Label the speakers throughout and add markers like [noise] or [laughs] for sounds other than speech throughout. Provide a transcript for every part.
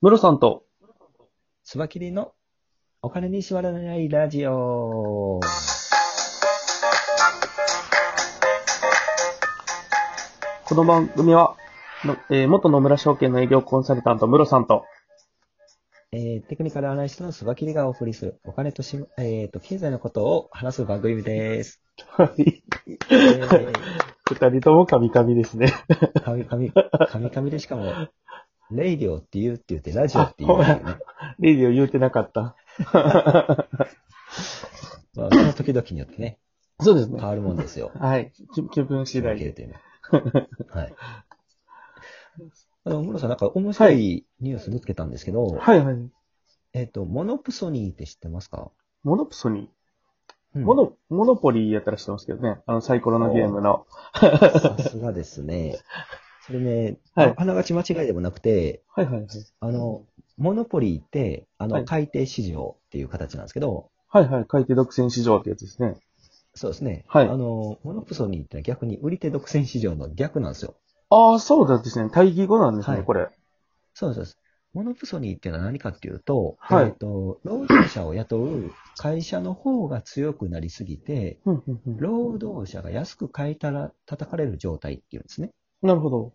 Speaker 1: ムロさんと、
Speaker 2: つばきりのお金に縛られないラジオ。
Speaker 1: この番組は、のえー元野村証券の営業コンサルタント、ムロさん [laughs] と、
Speaker 2: えーテクニカルアナリストのつばきりがお送りするお金とし、えーと、経済のことを話す番組です。
Speaker 1: はい。
Speaker 2: えー、
Speaker 1: 二人とも神々です [laughs] ね。
Speaker 2: かみかみ、かみかみでしかも、レイディオって言うって言って、ラジオって言うっていうね。
Speaker 1: レディオ言うてなかった。
Speaker 2: まあ、その時々によってね、
Speaker 1: そうです
Speaker 2: 変。わるもんですよ。
Speaker 1: はい。き気分次第
Speaker 2: 切れ
Speaker 1: で。
Speaker 2: てねはい。あの、室さん、なんか面白いニュース見つけたんですけど、
Speaker 1: はいはい。
Speaker 2: えっ、と、モノプソニーって知ってますか、
Speaker 1: モノプソニ
Speaker 2: う
Speaker 1: ー。
Speaker 2: ん
Speaker 1: モノ、モノポリーやったら知ってますけどね。あの、サイコロのゲームの。
Speaker 2: さすがですね。それね、
Speaker 1: はい
Speaker 2: ああながち間違いでもなくて、
Speaker 1: はいはいはい。
Speaker 2: あの、モノポリーって、あ
Speaker 1: は
Speaker 2: の、
Speaker 1: い
Speaker 2: 海底市場っていう形なんですけど、
Speaker 1: はいはい。海底独占市場ってやつですね。
Speaker 2: そうですね。
Speaker 1: はい
Speaker 2: あの、モノプソニーってのは逆に売り手独占市場の逆なんですよ。
Speaker 1: ああ、そうだですね。対義語なんですね、
Speaker 2: はい
Speaker 1: これ。
Speaker 2: そうですそうです。モノプソニーっていうのは何かっていうと、
Speaker 1: はい
Speaker 2: えっ、と、労働者を雇う会社の方が強くなりすぎて、
Speaker 1: うんうんうん
Speaker 2: 労働者が安く買いたら叩かれる状態っていうんですね。
Speaker 1: なるほど。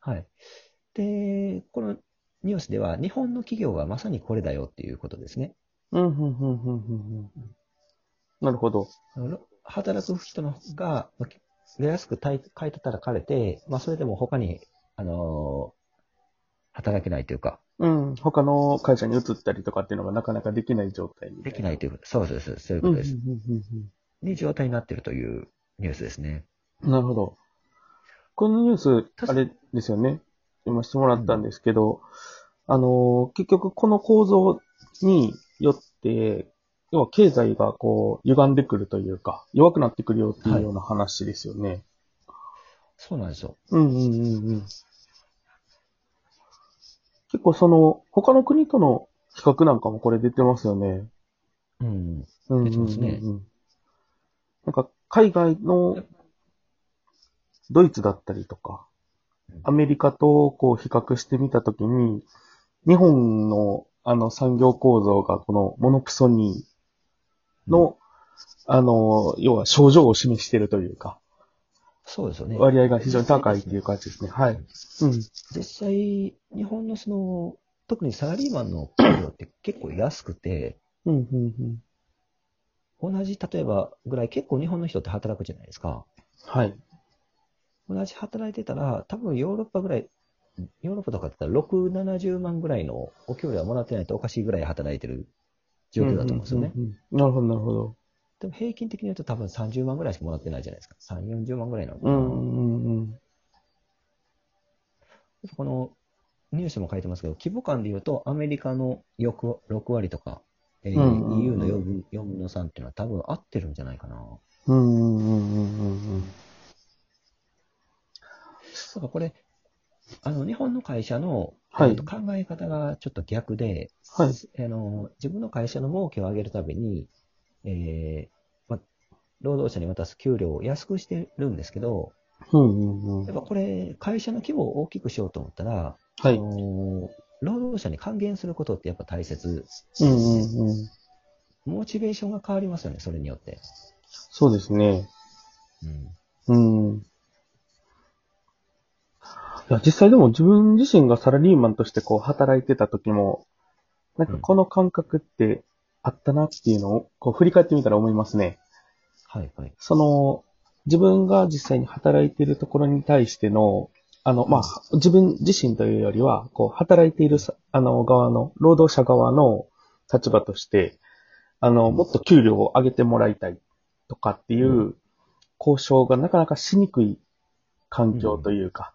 Speaker 2: はい。で、このニュースでは、日本の企業はまさにこれだよっていうことですね。
Speaker 1: うんうんうんうんうんうん。なるほど。
Speaker 2: あの働く人の方が、まあ安く買い買い叩かれて、まあ、それでも他に、あのー働けないというか、
Speaker 1: うん。他の会社に移ったりとかっていうのがなかなかできない状態。
Speaker 2: できないいという、そうです、そういう
Speaker 1: う
Speaker 2: こ
Speaker 1: んうん
Speaker 2: と
Speaker 1: う
Speaker 2: です。
Speaker 1: ん
Speaker 2: に状態になっているというニュースですね。
Speaker 1: うんなるほど。このニュース、
Speaker 2: 確か
Speaker 1: あれですよね。今してもらったんですけど、あのー、結局この構造によって、要は経済がこう、歪んでくるというか、弱くなってくるよっていうような話ですよね。
Speaker 2: そうなんですよ。
Speaker 1: うんうんうんうん。結構その、他の国との比較なんかもこれ出てますよね。
Speaker 2: うん。
Speaker 1: うん
Speaker 2: 出てますね
Speaker 1: うんうんうんなんか、海外の、ドイツだったりとか
Speaker 2: うん、
Speaker 1: アメリカとこう比較してみたときに、日本のあの産業構造がこのモノプソニーの、あの、要は症状を示しているというか、
Speaker 2: そうですよね。
Speaker 1: 割合が非常に高いっていう感じですね。はい。うん。
Speaker 2: 実際、日本のその、特にサラリーマンの給料って結構安くて、
Speaker 1: うん、うん、うん。
Speaker 2: 同じ、例えばぐらい結構日本の人って働くじゃないですか。
Speaker 1: はい。
Speaker 2: 同じ働いてたら、多分ヨーロッパぐらい、ヨーロッパとかだったら6、70万ぐらいのお給料はもらってないとおかしいぐらい働いてる状況だと思うんですよね。
Speaker 1: うんうんうんなるほど、なるほど。
Speaker 2: でも平均的に言うと多分30万ぐらいしかもらってないじゃないですか。3、40万ぐらいなのか
Speaker 1: う
Speaker 2: な。
Speaker 1: ん、う
Speaker 2: や
Speaker 1: ん、
Speaker 2: っ
Speaker 1: うん。
Speaker 2: ぱこのニュースにも書いてますけど、規模感で言うとアメリカの6割とか、えー
Speaker 1: うんうんうん
Speaker 2: EU の4分 ,4 分の3っていうのは多分合ってるんじゃないかな。
Speaker 1: うん、うん、うん、うんうん。
Speaker 2: だからこれ、あの日本の会社の、
Speaker 1: はい
Speaker 2: えっと考え方がちょっと逆で、
Speaker 1: はい
Speaker 2: あの、自分の会社の儲けを上げるために、えーま、労働者に渡す給料を安くしてるんですけど、
Speaker 1: うん、うん、う
Speaker 2: や
Speaker 1: ん
Speaker 2: っ。ぱこれ、会社の規模を大きくしようと思ったら、
Speaker 1: は
Speaker 2: あ
Speaker 1: い。
Speaker 2: の労働者に還元することってやっぱ大切、
Speaker 1: うん、うん、うん。
Speaker 2: モチベーションが変わりますよね、それによって。
Speaker 1: そうですね。
Speaker 2: うん
Speaker 1: うん。いや、実際でも自分自身がサラリーマンとしてこう働いてた時も、なんかこの感覚ってあったなっていうのをこう振り返ってみたら思いますね。
Speaker 2: はいはい。
Speaker 1: その、自分が実際に働いているところに対しての、あの、まあ、自分自身というよりは、こう、働いているさ、あの、側の、労働者側の立場として、あの、もっと給料を上げてもらいたいとかっていうう交渉がなかなかしにくい環境というか、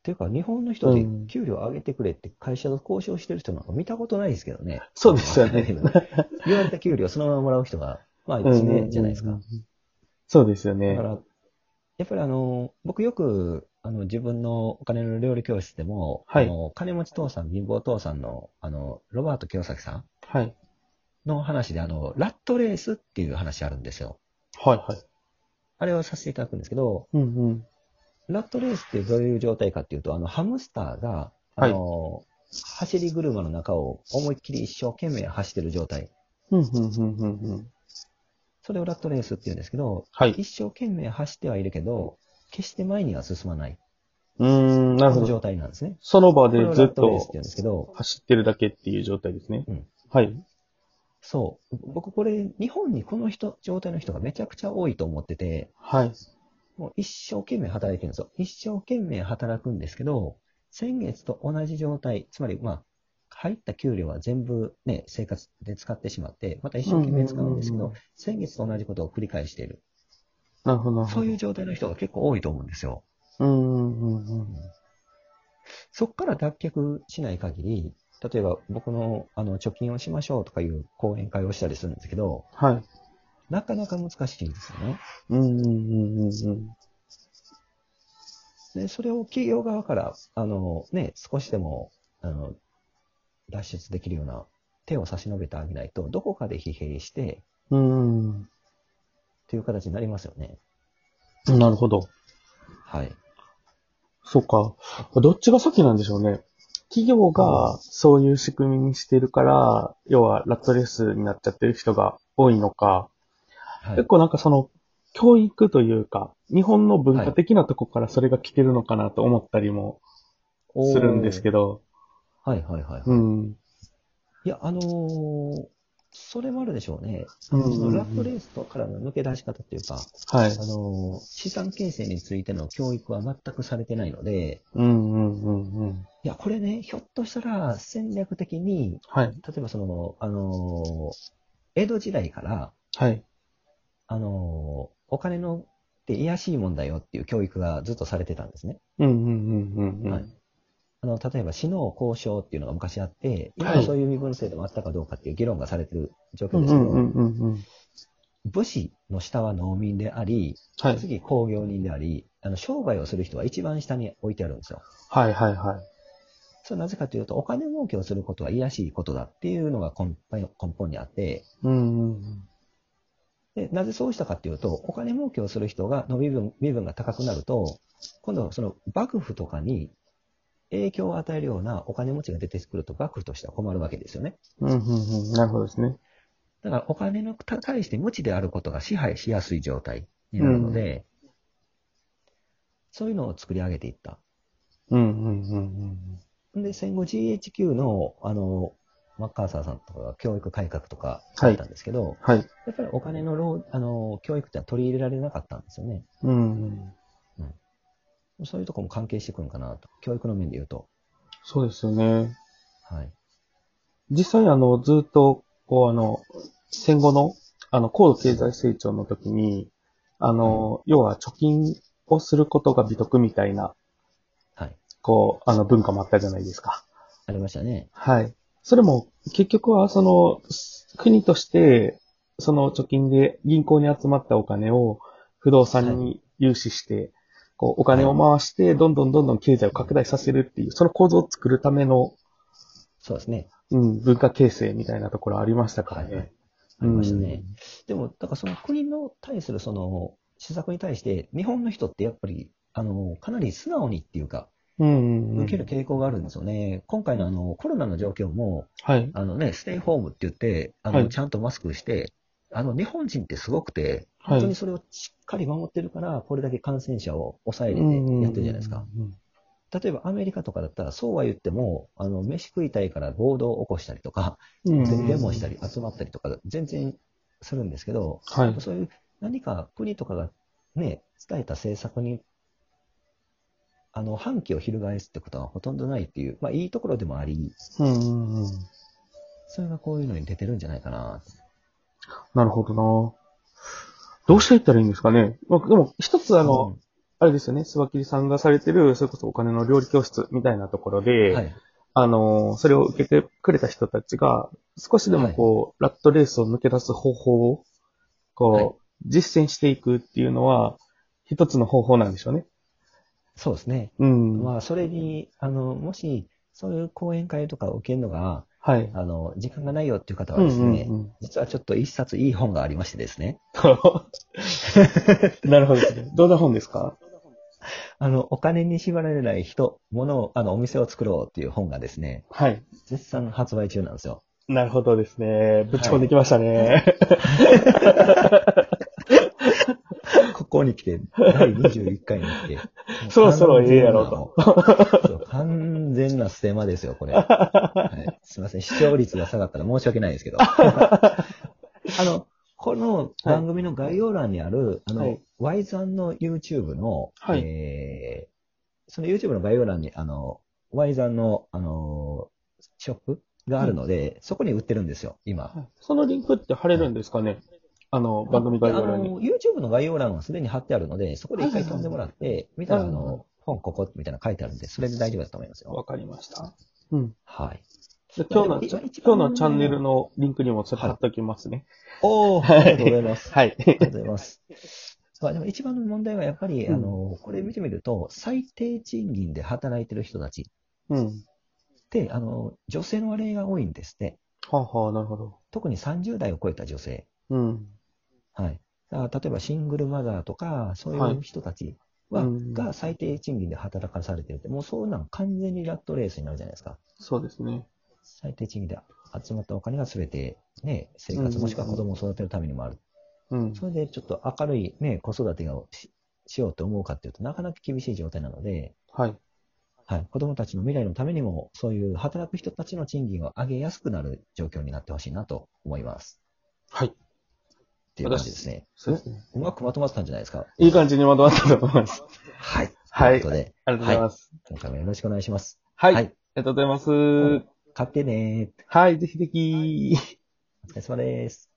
Speaker 2: っていうか、日本の人で
Speaker 1: うん
Speaker 2: 給料上げてくれって会社と交渉してる人なんか見たことないですけどね。
Speaker 1: そうですよね
Speaker 2: 言われた給料そのままもらう人が、まあ、
Speaker 1: うん
Speaker 2: 1名じゃないですか。。
Speaker 1: そうですよ
Speaker 2: だ
Speaker 1: ね
Speaker 2: か。ら、やっぱりあの、僕よく、あの、自分のお金の料理教室でも、
Speaker 1: はい
Speaker 2: あの、金持ち父さん、貧乏父さんの、あの、ロバート清崎さん
Speaker 1: はい。
Speaker 2: の話で、あの、ラットレースっていう話あるんですよ。
Speaker 1: はい、はい。
Speaker 2: あれをさせていただくんですけど、
Speaker 1: うん、うん。
Speaker 2: ラットレースってどういう状態かっていうと、あの、ハムスターが、あ
Speaker 1: はい
Speaker 2: の、走り車の中を思いっきり一生懸命走ってる状態。
Speaker 1: うん、うん、うん、うんうん。
Speaker 2: それをラットレースって言うんですけど、
Speaker 1: はい。
Speaker 2: 一生懸命走ってはいるけど、決して前には進まない。
Speaker 1: うーん、なる
Speaker 2: こ
Speaker 1: ほ
Speaker 2: の
Speaker 1: ど。
Speaker 2: 状態なんですね。
Speaker 1: その場
Speaker 2: これ
Speaker 1: で
Speaker 2: を
Speaker 1: ず
Speaker 2: ラ
Speaker 1: っ
Speaker 2: ットレースって
Speaker 1: と
Speaker 2: 言うんですけど、
Speaker 1: 走ってるだけっていう状態ですね。
Speaker 2: うん
Speaker 1: はい。
Speaker 2: そう。僕これ、日本にこの人、状態の人がめちゃくちゃ多いと思ってて、
Speaker 1: はい。
Speaker 2: もう一生懸命働いてるんですよ。一生懸命働くんですけど、先月と同じ状態、つまり、まあ、入った給料は全部ね、生活で使ってしまって、また一生懸命使うんです
Speaker 1: うん
Speaker 2: け
Speaker 1: うんう
Speaker 2: ど
Speaker 1: ん、
Speaker 2: 先月と同じことを繰り返している。
Speaker 1: なるほど。
Speaker 2: そういう
Speaker 1: う。
Speaker 2: 状態の人が結構多いと思うんですよ。
Speaker 1: うん、うん、うん。
Speaker 2: そっから脱却しない限り、例えば僕のあの貯金をしましょうとかいう講演会をしたりするんですけど、
Speaker 1: はい。
Speaker 2: なかなか難しいんですよね。
Speaker 1: うん、うん、うん、うん。
Speaker 2: で、それを企業側から、あのね、少しでも、あの、脱出できるような手を差し伸べてあげないと、どこかで疲弊して、
Speaker 1: うん、
Speaker 2: という形になりますよね。
Speaker 1: うん。なるほど。
Speaker 2: はい。
Speaker 1: そうか。どっちが先なんでしょうね。企業がそういう仕組みにしてるから、要はラットレースになっちゃってる人が多いのか、
Speaker 2: は
Speaker 1: 結
Speaker 2: い。
Speaker 1: 構なんかその、教育というか、日本の文化的なとこからそれが来てるのかなと思ったりもするんですけど、
Speaker 2: ど。はいはいはい。
Speaker 1: うん。
Speaker 2: いや、あのーそれもあるでしょうね。
Speaker 1: うん
Speaker 2: そのラットレ
Speaker 1: は
Speaker 2: ースとからの抜け出し方っていうか、
Speaker 1: い
Speaker 2: あ。のー資産形成についての教育は全くされてないので、
Speaker 1: うんうんうんうん。
Speaker 2: いや、これね、ひょっとしたら戦略的に、
Speaker 1: はい。
Speaker 2: 例えばその、あのー江戸時代から、
Speaker 1: はい。
Speaker 2: あの、お金のって癒やしいもんだよっていう教育がずっとされてたんですね。
Speaker 1: うんうんうんうん。
Speaker 2: はい。あの、例えば死の交渉っていうのが昔あって、今
Speaker 1: は
Speaker 2: はいそういう身分制度もあったかどうかっていう議論がされてる状
Speaker 1: う
Speaker 2: 況
Speaker 1: ん
Speaker 2: で
Speaker 1: う
Speaker 2: すけ
Speaker 1: んう
Speaker 2: ど、
Speaker 1: んうんうん。
Speaker 2: 武士の下は農民であり、
Speaker 1: はい。
Speaker 2: 次工業人であり、あの、商売をする人は一番下に置いてあるんですよ。
Speaker 1: はいはいはい。
Speaker 2: それはなぜかというと、お金儲けをすることは癒やしいことだっていうのが根本根本にあって、
Speaker 1: うんうん
Speaker 2: で、なぜそうしたかっていうと、お金儲けをする人が、の身分、身分が高くなると、今度はその幕府とかに影響を与えるようなお金持ちが出てくると幕府としては困るわけですよね。
Speaker 1: うん。うんうんうん。なるほどですね。
Speaker 2: だからお金の対して無知であることが支配しやすい状態になるので、そういうのを作り上げていった。
Speaker 1: うんうんうんうん。
Speaker 2: で、戦後 GHQ の、あの、マッカーサーさんとかが教育改革とかされたんですけど、
Speaker 1: はい。
Speaker 2: やっぱりお金の労あの教育ってのは取り入れられなかったんですよね。
Speaker 1: うんうん。
Speaker 2: そういうとこも関係してくるのかなと。教育の面で言うと。
Speaker 1: そうですよね。
Speaker 2: はい。
Speaker 1: 実際あの、ずっと、こうあの、戦後の、あの、高度経済成長の時に、あの、要は貯金をすることが美徳みたいな、
Speaker 2: はい。
Speaker 1: こう、あの、文化もあったじゃないですか。
Speaker 2: ありましたね。
Speaker 1: はい。それも、結局は、その、国として、その貯金で銀行に集まったお金を不動産に融資して、こう、お金を回して、どんどんどんどん経済を拡大させるっていう、その構造を作るための、
Speaker 2: そうですね。
Speaker 1: うん、文化形成みたいなところありましたから
Speaker 2: はいはい
Speaker 1: ね。
Speaker 2: ありましたね。でも、だからその国の対するその施策に対して、日本の人ってやっぱり、あの、かなり素直にっていうか、
Speaker 1: うん。うん。
Speaker 2: 受ける傾向があるんですよね。今回のあの、コロナの状況も、
Speaker 1: はい。
Speaker 2: あのね、ステイホームって言って、あの、
Speaker 1: はい
Speaker 2: ちゃんとマスクして、あの、日本人ってすごくて、
Speaker 1: はい
Speaker 2: 本当にそれをしっかり守ってるから、これだけ感染者を抑えれて
Speaker 1: うん
Speaker 2: やってるじゃないですか。。
Speaker 1: うん
Speaker 2: 例えばアメリカとかだったら、そうは言っても、あの、飯食いたいから暴動を起こしたりとか、
Speaker 1: うんうん
Speaker 2: デモしたり集まったりとか、全然するんですけど、
Speaker 1: はい。
Speaker 2: そういう何か国とかがね、伝えた政策に、あの、反旗を翻すってことはほとんどないっていう、まあいいところでもあり、
Speaker 1: うんうんうん。
Speaker 2: それがこういうのに出てるんじゃないかな。
Speaker 1: なるほどな。どうしていったらいいんですかね。まあでも、一つあの、
Speaker 2: うん
Speaker 1: あれですよね、スワキリさんがされてる、それこそお金の料理教室みたいなところで、
Speaker 2: はい。
Speaker 1: あの、それを受けてくれた人たちが、少しでもこう、ラットレースを抜け出す方法を、こう、
Speaker 2: はい
Speaker 1: 実践していくっていうのは、一つの方法なんでしょうね。
Speaker 2: そうですね。
Speaker 1: うん。
Speaker 2: まあそれに、あの、もし、そういう講演会とかを受けるのが、
Speaker 1: はい。
Speaker 2: あの、時間がないよっていう方
Speaker 1: う
Speaker 2: は
Speaker 1: ん
Speaker 2: で
Speaker 1: う
Speaker 2: すね、
Speaker 1: んうん。 [laughs]
Speaker 2: 実はちょっと一冊いい本がありましてですね。
Speaker 1: なるほどですね。どんな本ですか
Speaker 2: あの、お金に縛られない人、物を、あの、お店を作ろうっていう本がですね、
Speaker 1: はい。
Speaker 2: 絶賛発売中なんですよ。
Speaker 1: なるほどですね。ぶち込んできましたね。。
Speaker 2: ここに来て、第21回に来て
Speaker 1: [laughs] そろそろええやろ
Speaker 2: と。そう完全なステマですよ、これ。はい、すいません、視聴率が下がったら [laughs] 申し訳ないですけど。あの、この番組の概要欄にある、あの、
Speaker 1: はい
Speaker 2: ワイザンの YouTube の、
Speaker 1: はい
Speaker 2: えーその YouTube の概要欄に、あの、ワイザンの、あの、ショップがあるので、そこに売ってるんですよ、今。
Speaker 1: そのリンクって貼れるんですかねあの、番組概要欄
Speaker 2: あ
Speaker 1: に。
Speaker 2: の YouTube の概要欄はすでに貼ってあるので、そこで一回飛んでもらって、見たら、あ
Speaker 1: はいはいはい
Speaker 2: の、本ここみたいなの書いてあるんで、それで大丈夫だと思いますよ。
Speaker 1: わかりました。うん。
Speaker 2: はい。
Speaker 1: じゃあ今日の、
Speaker 2: 一番
Speaker 1: 今日のチャンネル。のリンクにもそれ貼っておきますね。
Speaker 2: おお、ありがとうございます。
Speaker 1: はい。
Speaker 2: ありがとうございます。まあでも一番の問題はやっぱり、
Speaker 1: うん
Speaker 2: あの、これ見てみると、最低賃金で働いてる人たち
Speaker 1: うん。
Speaker 2: って、あの、女性の割合が多いんですって。
Speaker 1: はあはあ、なるほど。
Speaker 2: 特に30代を超えた女性。
Speaker 1: うん。
Speaker 2: はい。だから例えばシングルマザーとか、そう
Speaker 1: はいいう
Speaker 2: 人たちは、
Speaker 1: うん
Speaker 2: が最低賃金で働かされてるって、もうそうなん完全にラットレースになるじゃないですか。
Speaker 1: そうですね。
Speaker 2: 最低賃金で集まったお金が全て、ね、生活もしくは子供を育てるためにもある。
Speaker 1: うん。
Speaker 2: それでちょっと明るい、ね、子育てをししようと思うかっていうとなかなか厳しい状態なので、
Speaker 1: はい。
Speaker 2: はい、子供たちの未来のためにも、そういう働く人たちの賃金を上げやすくなる状況になってほしいなと思います。
Speaker 1: はい。
Speaker 2: っていう感じですね。
Speaker 1: そうですね。
Speaker 2: うまくまとまってたんじゃないですか。
Speaker 1: いい感じにまとまったと思います。
Speaker 2: はい。
Speaker 1: はい
Speaker 2: ということで、
Speaker 1: ありがとうございます。
Speaker 2: 今回もよろしくお願いします。
Speaker 1: はい。
Speaker 2: は
Speaker 1: あり
Speaker 2: い
Speaker 1: がとうございます。
Speaker 2: 買ってね
Speaker 1: はい、ぜひぜひ。
Speaker 2: ー。お疲れ様です。